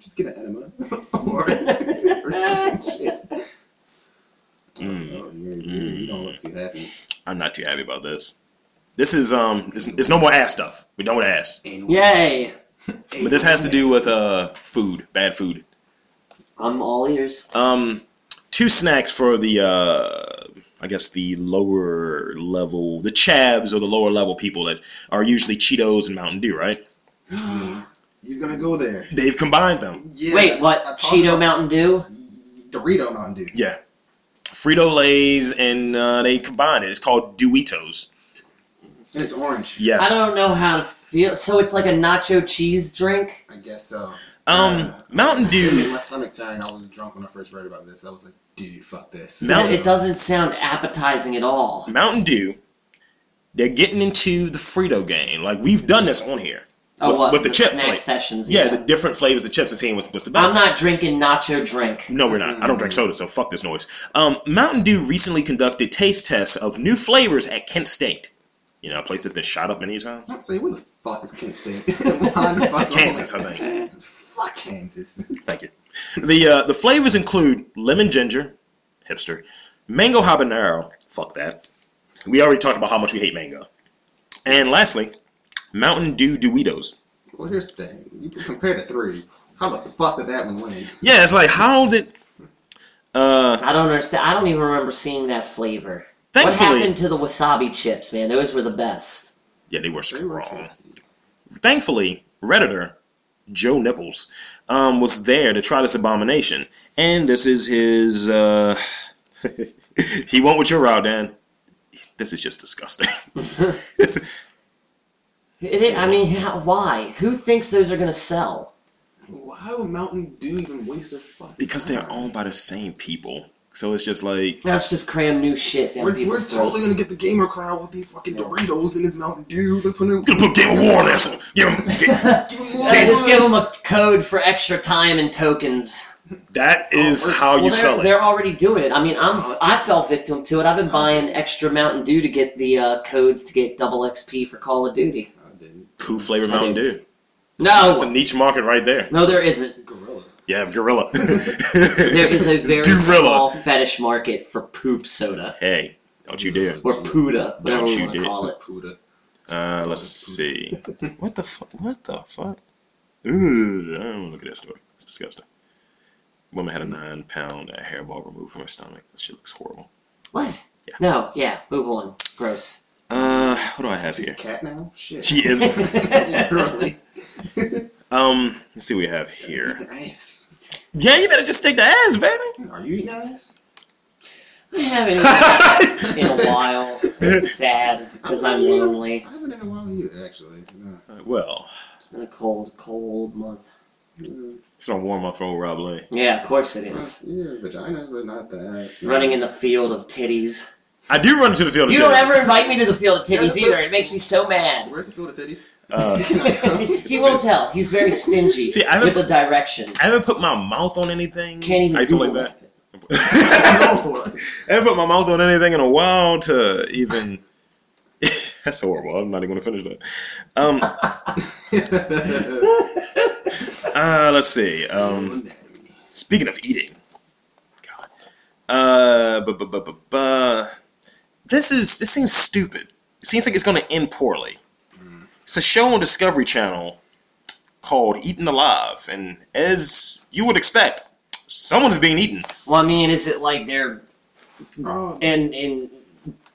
just get an enema. or, or just shit.
mm,
Oh, you you don't look too happy.
I'm not too happy about this. This is um, it's, it's no more ass stuff. We don't want ass.
And
Yay!
But this has to do with uh, food, bad food.
I'm all ears.
Um, two snacks for the uh, I guess the lower level, the chavs or the lower level people that are usually Cheetos and Mountain Dew, right?
You're gonna go there.
They've combined them.
Yeah,
Wait, what?
I talked
Cheeto
about-
Mountain Dew?
Dorito Mountain Dew.
Yeah, Frito Lay's and uh, they combined it. It's called Duitos.
And it's orange.
Yes.
I don't know how to feel. So it's like a nacho cheese drink?
I guess so. Uh,
Um, Mountain
It made
Dew.
my stomach turn. I was drunk when I first read about this. I was like, dude, fuck this.
No. Mountain-
It doesn't sound appetizing at all.
Mountain Dew. They're getting into the Frito game. Like we've done this on here.
Oh,
with,
what?
with the, chip
snack
flavor.
sessions.
Yeah,
Yeah.
the different flavors of chips and seeing what's, what's the best.
I'm not drinking nacho drink.
No, we're not. I don't drink soda, so fuck this noise. Um, Mountain Dew recently conducted taste tests of new flavors at Kent State. You know, a place that's been shot up many times.
I'm saying, where the fuck is Kent State? Why the fuck-
Kansas, I think.
Fuck Kansas.
Thank you. The uh, the flavors include lemon ginger, hipster, mango habanero. Fuck that. We already talked about how much we hate mango. And lastly, Mountain Dew Duitos.
Well, here's the thing. You can compare the three. How the fuck did that one win?
Yeah, it's like how did. Uh,
I don't understand. I don't even remember seeing that flavor. what
Thankfully-
happened to the wasabi chips, man? Those were the best.
yeah, they were
They were
strong.
tasty.
Thankfully, redditor Joe Nipples um, was there to try this abomination, and this is his. Uh, he went with your route, Dan. This is just disgusting.
It, it- I mean, how, why? Who thinks those are gonna sell?
Why would Mountain Dew even waste their fucking
because they're
time?
owned by the same people, so it's just like
Let's just cram new shit down
We're, we're
people's
totally
throats.
gonna get the gamer crowd with these fucking Doritos and this Mountain Dew. Let's put them.
gonna put Game of War on this. Give him- give-
Give 'em more
Hey, just
wood.
give them a code for extra time and tokens.
that is how
Oh, Well,
you
they're,
sell it.
they're already doing it. I mean, I'm I fell victim to it. I've
Oh.
been buying extra Mountain Dew to get the uh, codes to get double XP for Call of Duty.
I didn't.
Cool flavor Mountain Dew. That's a
No,
niche market right there.
no, there isn't.
Gorilla.
Yeah, gorilla.
There is a very
Gorilla.
small fetish market for poop soda
Hey, don't you dare.
or puda,
Don't
whatever we
you
want to
dare.
call it.
Puda.
Uh, let's see. What the fuck? What the fuck? Ooh, I don't want to look at that story. It's disgusting. Woman had a nine pound uh, hairball removed from her stomach. That shit looks horrible.
What?
Yeah.
No, yeah, move on. Gross.
Uh, what do I have
She's a
here?
cat now? Shit.
She is.
Literally.
Um, let's see what we have here.
Eating ass.
Yeah, you better just stick to ass, baby.
Are you eating ass?
I haven't eaten in a while. It's sad because I'm lonely.
I haven't in a while either, actually. No.
Uh, well,
It's been a cold, cold month.
it's not warm up for old Rob Lane.
Yeah, of course it
Uh,
is.
yeah, vagina, but not the ass.
Running in the field of titties.
I do run into the field of
You don't
tennis.
ever invite me to the field of titties either. It makes me so mad.
Where's the field of titties?
Uh,
he won't tell. He's very stingy
See, I
with
haven't-
the directions.
I haven't put my mouth on anything.
Can't even
I used to like
Google
that.
it.
no.
I haven't put my mouth on anything in a while to even. That's horrible. I'm not even gonna finish that. Um, uh, let's see. Um, speaking of eating, God, uh, bu- bu- bu- bu- bu- this is this seems stupid. It seems like it's gonna end poorly. It's a show on Discovery Channel called Eaten Alive, and as you would expect, someone's being eaten.
Well, I mean, is it like they're
Oh,
in in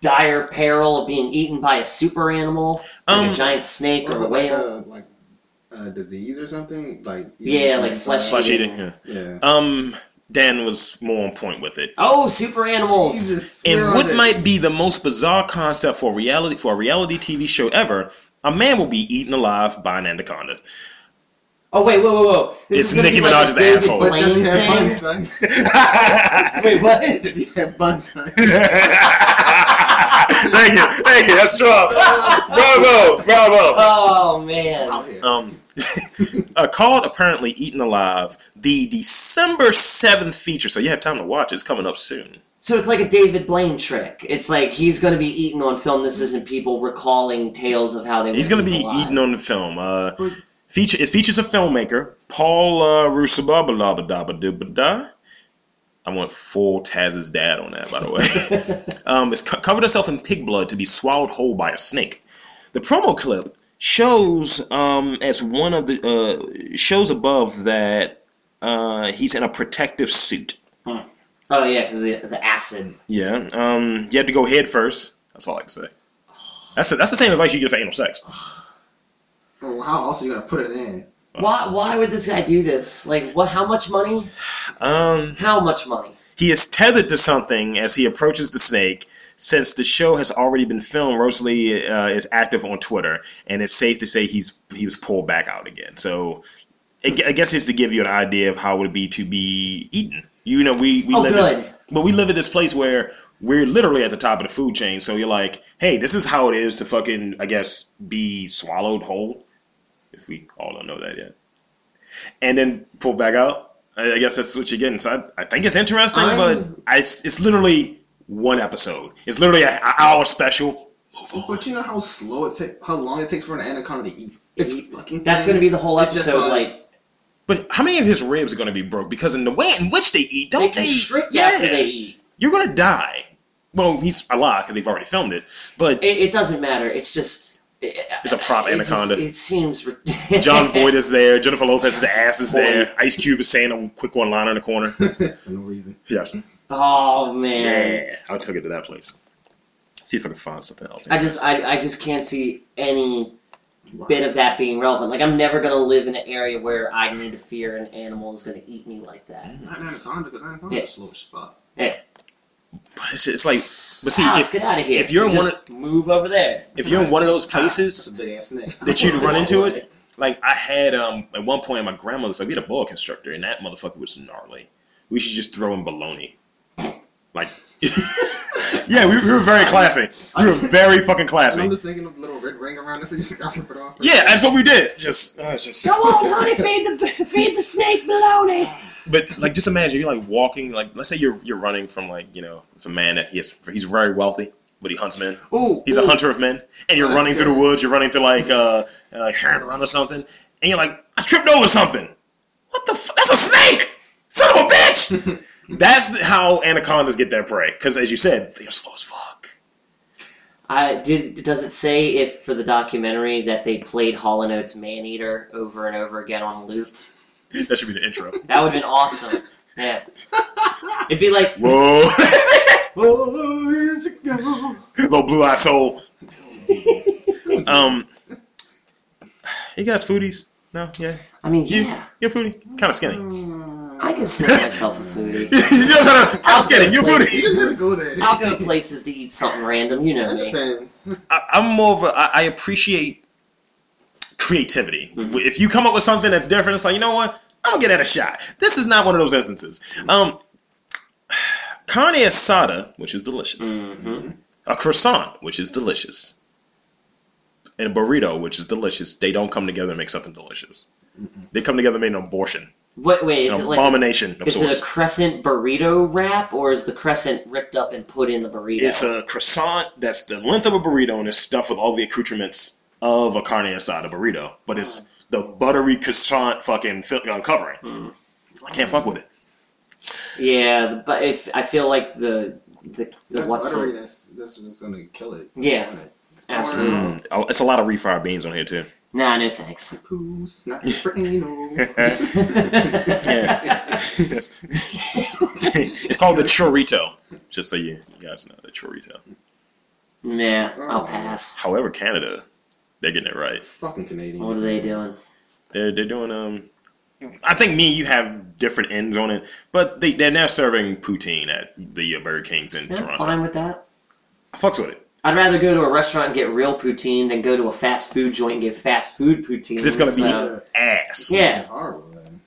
dire peril of being eaten by a super animal, like
Um,
a giant snake
was
or a
it like
whale?
a, like a disease or something? Like uh,
Yeah, like flesh-
Flesh eating. yeah.
Yeah.
Um, Dan was more on point with it.
oh, super animals!
Jesus.
In
where are
what
they?
might be the most bizarre concept for reality for a reality TV show ever, a man will be eaten alive by an anaconda.
Oh wait, whoa, whoa, whoa! This
It's
is gonna
Nicki
be like
Minaj's
a
asshole.
David
But does
Blaine
he
thing?
have bun time?
Wait, what?
Does he have bun time?
thank you, thank you. That's strong. bravo, bravo.
Oh man!
Out here.
Um, uh, called apparently "Eaten Alive," the December seventh feature. So you have time to watch. it. It's coming up soon.
So it's like a David Blaine trick. It's like he's going to be eaten on film. This isn't people recalling tales of how they.
He's
were
going to be
alive.
eaten on the film. Uh, feature it features a filmmaker, Paul uh, Rusababalabadabadabada. I want full Taz's dad on that, by the way. um, it's co- covered herself in pig blood to be swallowed whole by a snake. The promo clip shows um, as one of the uh, shows above that uh, he's in a protective suit.
Oh yeah, because the, the acids.
Yeah. Um, you have to go head first. That's all I can say. That's the, that's the same advice you get for anal sex.
Oh, well, how else are you gonna put it in?
Why? Why would this guy do this? Like, what? How much money?
Um,
How much money?
He is tethered to something as he approaches the snake. Since the show has already been filmed, Rosalie uh, is active on Twitter, and it's safe to say he's he was pulled back out again. So, I gu- I guess it's to give you an idea of how it would be to be eaten. You know, we we
Oh,
live,
good.
In, but we live in this place where we're literally at the top of the food chain. So you're like, hey, this is how it is to fucking, I guess, be swallowed whole. If we all don't know that yet, and then pulled back out. I, I guess that's what you're getting. So I, I think it's interesting,
I'm-
but I, it's, it's literally one episode. It's literally an hour special.
But you know how slow it takes, how long it takes for an anaconda to eat.
It's-
eight fucking
That's
things?
going to be the whole
It's just
episode. Like,
But how many of his ribs are going to be broke? Because in the way in which they eat,
they
don't Oh, they?
constrict after they eat.
you're gonna die. Well, he's alive because they've already filmed it. But
It, it doesn't matter. It's just.
It's a prop
it just-
anaconda.
it seems. ri-
John Voight is there. Jennifer Lopez's ass is
Boy.
there. Ice Cube is saying a quick one liner in the corner.
for no reason.
yes.
Oh man.
Yeah. I took it to that place. See if I can find something else.
I just I, I just can't see any
Wow.
bit of that being relevant. Like I'm never gonna live in an area where I can interfere and an animal is gonna eat me like that.
Not an anaconda, because anaconda's
Yeah.
a slow spot.
But it's, it's like, but see,
Ah,
if,
get out of here.
if you're in
Just
one
move over there.
if you're in one of those
It's a
places,
big ass snake.
That you'd run into it? like I had um at one point my grandmother's like we had a boa constrictor and that motherfucker was gnarly. We should just throw him baloney. Like, yeah, we, we were very classy. We were very fucking
And I'm
classy.
just thinking of the little red ring around this and just gotta rip it off.
Yeah, that's what we did. Just, uh, just.
Go on, honey, feed the feed the snake baloney.
But like, just imagine you're like walking. Like, let's say you're you're running from like you know it's a man that he has, he's very wealthy, but he hunts men.
Ooh,
He's a
ooh.
hunter of men, and you're
That's
running through the
good.
woods. You're running through like uh, uh Heron Run or something, and you're like, I tripped over something. What the? F- that's a snake, son of a bitch. that's the- how anacondas get their prey. Because as you said, they are slow as fuck.
I did. Does it say if for the documentary that they played Hall and Oates Man Eater over and over again on loop?
That should be the intro.
That would have been awesome. Yeah, it'd be like
Whoa,
Oh, years ago.
little blue eyed soul. Um, you guys foodies? No, yeah,
I mean,
you
yeah, Mm.
you're a foodie, kind of skinny.
I consider myself a foodie.
you know what I'm- I'm scared. You're good.
You didn't have to go there.
I'll go to places to eat something random. You know
It
me.
depends.
I, I'm more of a. I, I appreciate creativity.
Mhm.
If you come up with something that's different, it's like you know what? I'm gonna give that a shot. This is not one of those instances.
Mm-hmm.
Um, carne asada, which is delicious,
Mm-hmm.
a croissant, which is delicious, and a burrito, which is delicious. They don't come together and make something delicious. They come together and make an abortion,
Wait, wait. Mm-hmm. Is
an
it like
abomination of
is it
sorts.
a crescent burrito wrap, or is the crescent ripped up and put in the burrito?
It's a croissant that's the length of a burrito and it's stuffed with all the accoutrements of a carne asada burrito, but it's the buttery croissant fucking fill, uh, covering. I can't fuck with it.
yeah, the- but if I feel like the the, the
That
what's it?
butteriness, that's just gonna kill it.
Yeah, absolutely.
Mm.
Oh, It's a lot of refried beans on here too.
Nah, no thanks.
Who's not for anal.
Yeah. it's called the chorito. Just so you, you guys know the chorito.
nah, I'll pass.
However, Canada, they're getting it right.
Fucking Canadians.
What are they doing?
They're they're doing um. I think me and you have different ends on it, but they they're now serving poutine at the uh, Burger Kings in
Yeah, I'm
Toronto.
fine with that.
I fucks with it.
I'd rather go to a restaurant and get real poutine than go to a fast food joint and get fast food poutine.
It's gonna be
so-
ass.
Yeah.
Horrible, man.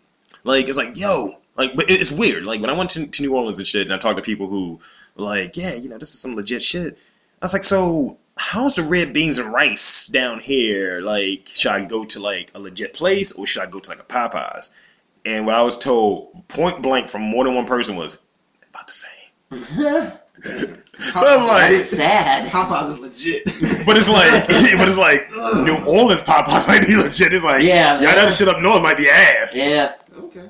Like it's like yo, like but it- it's weird. Like when I went to, to New Orleans and shit, and I talked to people who, were like, yeah, you know, this is some legit shit. I was like, so how's the red beans and rice down here? Like, should I go to like a legit place or should I go to like a Popeyes? And what I was told point blank from more than one person was about the same. So I'm like,
That's sad.
Popeyes is legit.
but it's like, but it's like New Orleans Popeyes might be legit. It's like,
Yeah,
y'all
man.
that shit up north might be ass.
Yeah.
okay.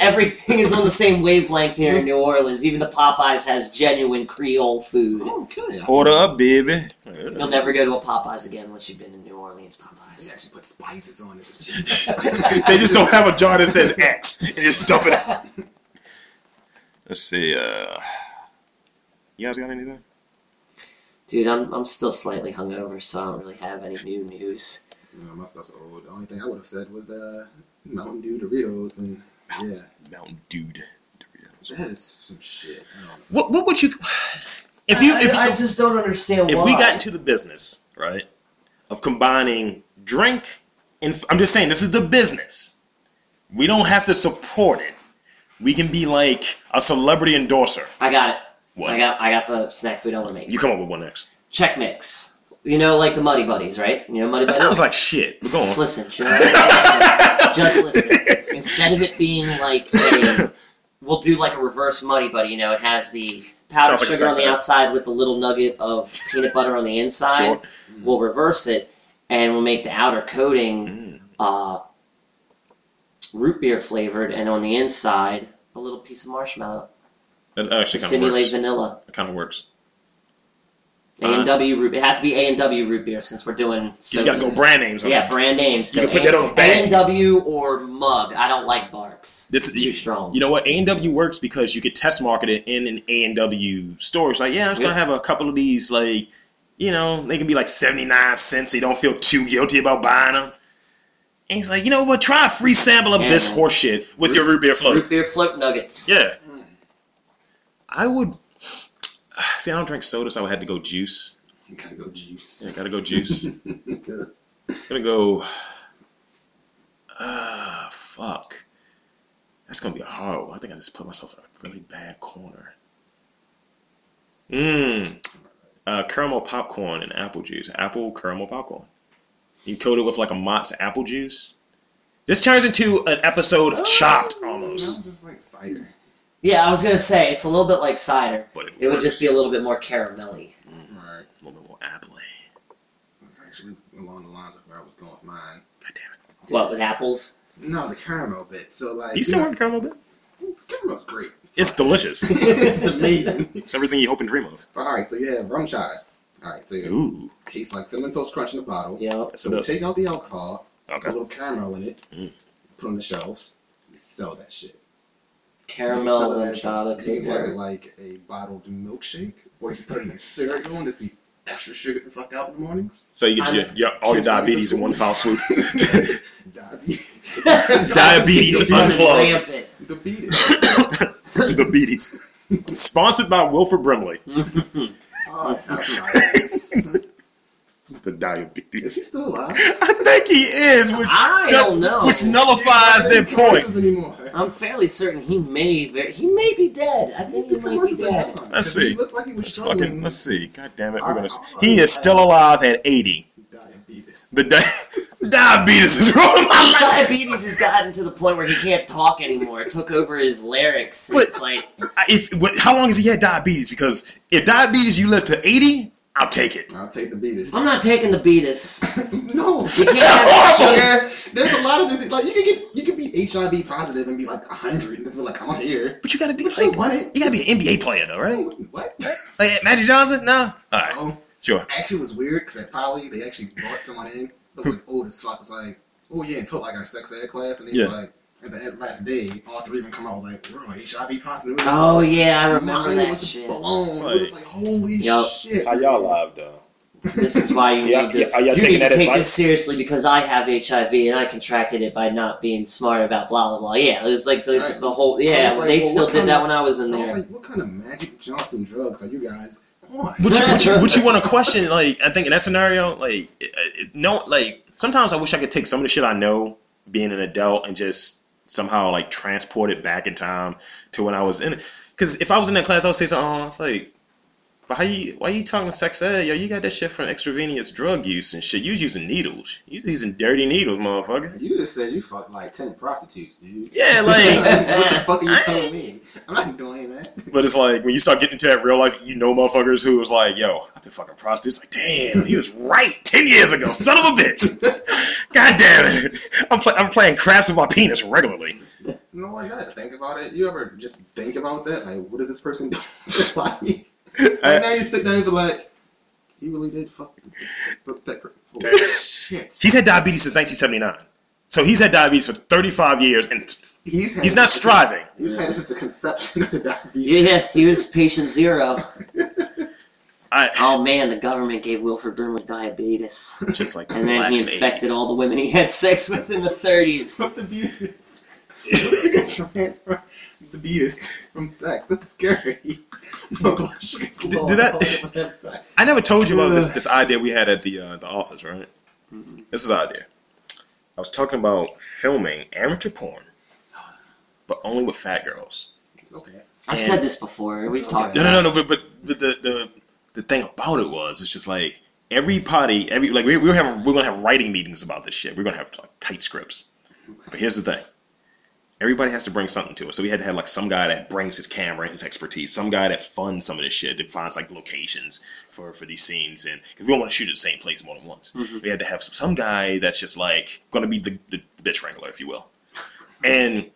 Everything is on the same wavelength here in New Orleans. Even the Popeyes has genuine Creole food.
Okay. I-
Order up, baby.
You'll never go to a Popeyes again once you've been to New Orleans
They
Popeyes.
actually put spices on it.
they just don't have a jar that says X and just stuff it out. Let's see. Uh, you guys got anything?
Dude, I'm, I'm still slightly hungover, so I don't really have any new news.
No, my stuff's old. The only thing I would have said was that uh, Mountain Dew Doritos and yeah,
Mountain Dude.
that is some shit. I don't know.
What, what would you. If you. If,
I, I just don't understand
if
why.
we got into the business, right, of combining drink and I'm just saying this is the business. We don't have to support it. We can be like a celebrity endorser.
I got it.
What?
I got I got the snack food I want to make.
You come up with one next.
Check mix. You know, like the Muddy Buddies, right? You know, Muddy
That
Buddies.
sounds like shit. But Go
Just
on.
listen. Just listen. Just listen. Instead of it being like a, we'll do like a reverse muddy buddy. You know, it has the powdered
Sounds like a
sugar on
sex
the
ad.
outside with the little nugget of peanut butter on the inside.
Sure.
We'll reverse it, and we'll make the outer coating
Mm.
uh, root beer flavored, and on the inside a little piece of marshmallow
That
to
actually kind of
simulate
works.
vanilla.
It kind of works.
A and W root. It has to be A and W root beer since we're doing.
You just gotta go
sodas.
brand names on
Yeah,
it.
brand names. So
You can put that on a bag.
A&W or mug. I don't like Barks.
This is
Too strong.
You know what? A and W works because you could test market it in an A and W store. It's like, yeah, I'm just gonna
Yeah.
have a couple of these. Like, you know, they can be like seventy nine cents. They don't feel too guilty about buying them. And he's like, you know what? Try a free sample of
Yeah,
this
man.
horseshit with your root beer float.
Root beer float nuggets.
Yeah,
Mm.
I would. See, I don't drink soda, so I would have to go juice.
You gotta go juice.
Yeah, gotta go juice. gonna go. Ah, fuck. That's gonna be a hard one. I think I just put myself in a really bad corner. Mmm. Uh, caramel popcorn and apple juice. Apple caramel popcorn. You coat it with like a Mott's apple juice. This turns into an episode
Oh,
of Chopped almost.
It's just like cider.
Yeah, I was gonna say it's a little bit like cider.
But it,
It would just be
works.
a little bit more caramelly.
Right.
a little bit more apple.
Actually, along the lines of where I was going with mine.
God damn it.
What with apples?
No, the caramel bit. So like,
You still want caramel bit?
know, caramel's great.
It's delicious.
it's amazing.
it's everything you hope and dream of.
But, all right, so you have rum chata. All right, so it
Ooh.
tastes like cinnamon toast crunch in a bottle.
You know,
That's
So we
enough.
take out the alcohol, put a
Okay.
little caramel in it,
Mm.
put on the shelves. We sell that shit.
caramel
You can sell
horchata
it as- You can have it
cookie.
like a bottled milkshake, or you can put it in a cereal and just be extra sugar the fuck out in the mornings.
So you get your, your, all your diabetes in one foul swoop.
Diabetes.
Diabetes unplugged.
Rampant.
The beat.
the Beaties. Sponsored by Wilford Brimley.
Oh, that's nice.
The
Is
diabetes.
he still alive?
I think he is, which
I don't know.
which nullifies their point.
Commercials Anymore.
I'm fairly certain he may ver- he may be dead. I think he might be dead.
Let's see.
He looked like he was
Let's
struggling.
fucking let's see. God damn it, we're gonna.
Alright.
He is still alive at eighty.
with Diabetes.
The di- diabetes is ruining my life.
Diabetes has gotten to the point where he can't talk anymore. It took over his larynx.
But-
It's like
I- If what- how long has he had diabetes? Because if diabetes, you live to eighty, I'll take it.
I'll take the beatus.
I'm not taking the beatus.
no.
You can't have
Horrible.
sugar.
There's a lot of this. Like you can get, you can be HIV positive and be like hundred and just be like, I'm here.
But you gotta be
But you
like,
want it?
you gotta be an NBA player though, right?
What?
Like Magic Johnson? No. All right,
Oh,
sure.
actually, it was weird because at Poly they actually brought someone in that was like old as fuck. It's like, oh yeah, and took like our sex ed class, and they
Yeah.
was like, at the end- last day, all three of them come out like, we're all HIV positive.
Oh yeah, I remember
Mine
that
was
shit.
blown.
It's
it was
like-
like, holy
Yup.
shit.
live though?
This is why you
Yeah,
need to,
yeah, are y'all
you
taking
need to
that
take
advice?
this seriously because I have HIV and I contracted it by not being smart about blah blah blah. Yeah, it was like the,
Right.
the whole
I
yeah.
was like,
they
well,
still
what
did
kind
that
of-
when I was in
I was
there.
like, what kind of Magic Johnson drugs are you guys on?
Would you, would you, would you want to question? Like, I think in that scenario, like, it, it, no, like, sometimes I wish I could take some of the shit I know being an adult and just somehow like transport it back in time to when I was in it. Because if I was in that class, I would say something oh, like, But how you why you talking sex ed? Yo, you got that shit from extravenous drug use and shit. You was using needles. You was using dirty needles, motherfucker.
You just said you fucked like ten prostitutes, dude.
Yeah, like
what the fuck are you
I-
telling me? I'm not doing that.
But it's like when you start getting into that real life, you know motherfuckers who was like, yo, I've been fucking prostitutes. Like, damn, he was right ten years ago, son of a bitch. God damn it. I'm play- I'm playing craps with my penis regularly.
You know what? You gotta think about it. You ever just think about that? Like, what is this person doing? like,
I-
and now you sit down and be like, he really did fuck the, fuck that per- Holy shit.
He's had diabetes since nineteen seventy nine. So he's had diabetes for thirty five years and
He's, had
he's not
this-
striving.
He's had this at the conception of the diabetes.
Yeah, he was patient zero.
I
Oh man, the government gave Wilford Brimley diabetes,
just like
and then he
relax,
infected
AIDS.
all the women he had sex with in the 30s.
Fuck the beatus. What's going to transfer the beatus from sex? That's scary. My blood sugar's
Did-
low.
did that-
All I did was have sex.
I never told you about this this idea we had at the uh, the office, right?
Mm-hmm.
This is the idea. I was talking about filming amateur porn, but only with fat girls.
It's okay.
I've
And-
said this before. We've talked.
No,
about
no, no, no. But but, but the, the the thing about it was, it's just like every party, every like we, we were having we are gonna have writing meetings about this shit. We are gonna have like tight scripts. But here's the thing. Everybody has to bring something to it. So we had to have like some guy that brings his camera and his expertise, some guy that funds some of this shit, that finds like locations for for these scenes, and because we don't want to shoot at the same place more than once. We had to have some, some guy that's just like gonna be the, the bitch wrangler, if you will. And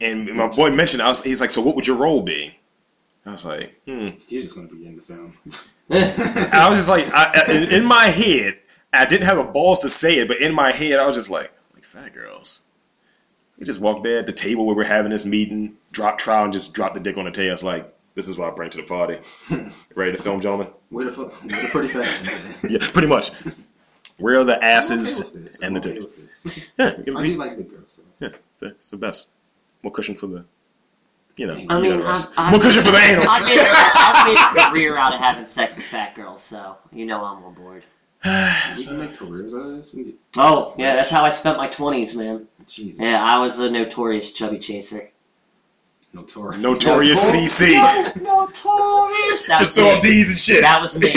and my boy mentioned, I was he's like, so what would your role be? I was like, hmm.
He's just gonna be in the film.
I was just like, I, I, in- in my head, I didn't have the balls to say it, but in my head, I was just like, like fat girls. We just walked there at the table where we're having this meeting, drop trial, and just drop the dick on the table. It's like, this is what I bring to the party. Ready to film, gentlemen?
Where the fuck? Where the pretty fat?
Yeah, pretty much. Where are the
I'm
asses
okay with this.
and
I'm
the
okay
titties?
with this.
Yeah, give
I
me-
do like the girls. So.
yeah, it's the- it's the best. More cushion for the, you know,
I
you
mean,
know the rest.
I'm- I'm-
more cushion for the anal.
I've made, I've made a career out of having sex with fat girls, so you know I'm on board.
We can make careers out of this. We can get,
Oh, yeah, that's how I spent my 20s, man.
Jesus.
Yeah, I was a notorious chubby chaser.
Notorious.
Notorious
Notor-
CC.
Notorious! That
Just
was
all
me.
these and shit.
That was me.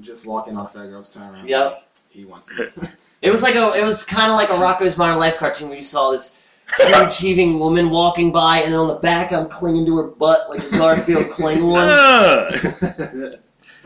Just walking on a fat girl's time.
Yep.
He wants me.
It was like a, it was kind of like a Rocco's Modern Life cartoon where you saw this overachieving woman walking by, and on the back I'm clinging to her butt like a Garfield cling one.
Ugh.
That's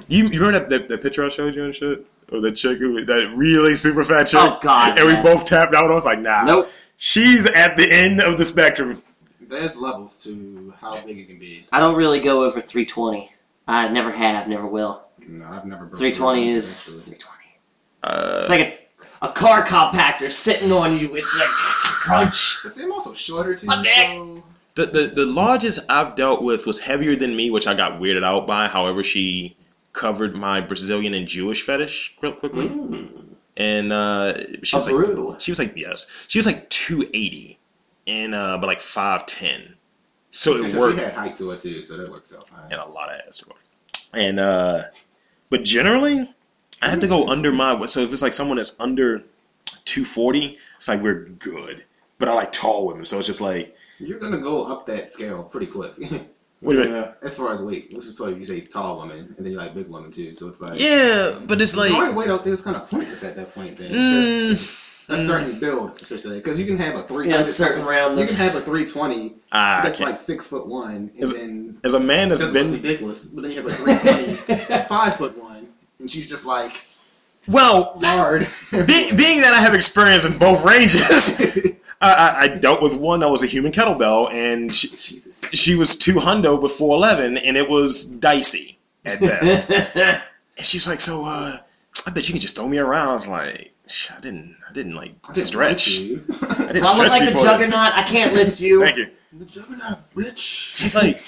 You, you remember that, that, that picture I showed you and shit? Or that chick who that really super fat chick?
Oh, God,
And we
yes.
both tapped out. I was like, nah.
Nope.
She's at the end of the spectrum.
There's levels to how big it can be.
I don't really go over 320. I never have, never will.
No, I've never. broken
320
down to
is
that,
320.
Mm-hmm. Uh,
It's like a, a car compactor sitting on you. It's like crunch.
so- But see, I'm also shorter too.
My neck.
So
the, the, the largest I've dealt with was heavier than me, which I got weirded out by. However, she covered my Brazilian and Jewish fetish real quickly.
Mm.
And uh, she
A
was like,
brew.
she was like, yes. She was like 280, and uh, but like 5'10. So it
Because
worked.
She had height to it too, so that works out. Fine.
and a lot of ass to work. And uh, but generally, I have to go under my. So if it's like someone that's under two forty, it's like we're good. But I like tall women, so it's just like
You're gonna go up that scale pretty quick.
wait a minute.
yeah. As far as weight, which is probably you say tall woman, and then you like big woman too. So it's like
Yeah, but it's
All
like
right, wait out there is kind of pointless at that point. Then
Mm.
it's just, it's a certain build, especially because you can have a three.
Yeah, a certain
You can
roundness.
have a three twenty
ah, I
that's
can't.
like six foot one, and
Is it-
then
as a man that's
doesn't
been
look ridiculous. But then you have a three twenty, five foot one, and she's just like
well,
lard.
be, being that I have experience in both ranges, I, I, I dealt with one that was a human kettlebell, and she,
Jesus.
she was two hundo before eleven, and it was dicey at best. And she was like, "So, uh, I bet you can just throw me around." I was like, "Sh- "I didn't, I didn't like
I didn't
stretch."
like you.
I didn't
I look
stretch
like the
before.
juggernaut. I can't lift you.
Thank you.
the juggernaut, bitch.
She's like,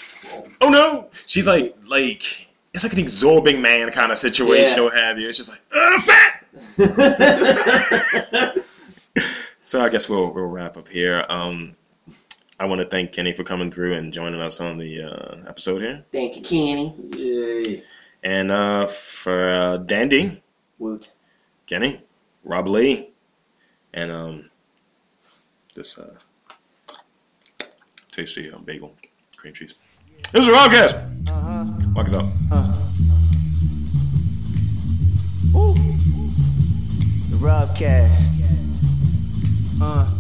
"Oh no!" She's like, like it's like an absorbing man kind of situation,
Yeah.
or what have you. It's just like, "Uh, fat." So I guess we'll we'll wrap up here. Um, I want to thank Kenny for coming through and joining us on the uh, episode here,
Thank you, Kenny.
Yay.
and uh, for uh, Dandy,
Woot.
Kenny, Rob Lee, and um, this uh, tasty um, bagel, uh, cream cheese. This is a Robcast. Walk us out.
The Robcast. Uh.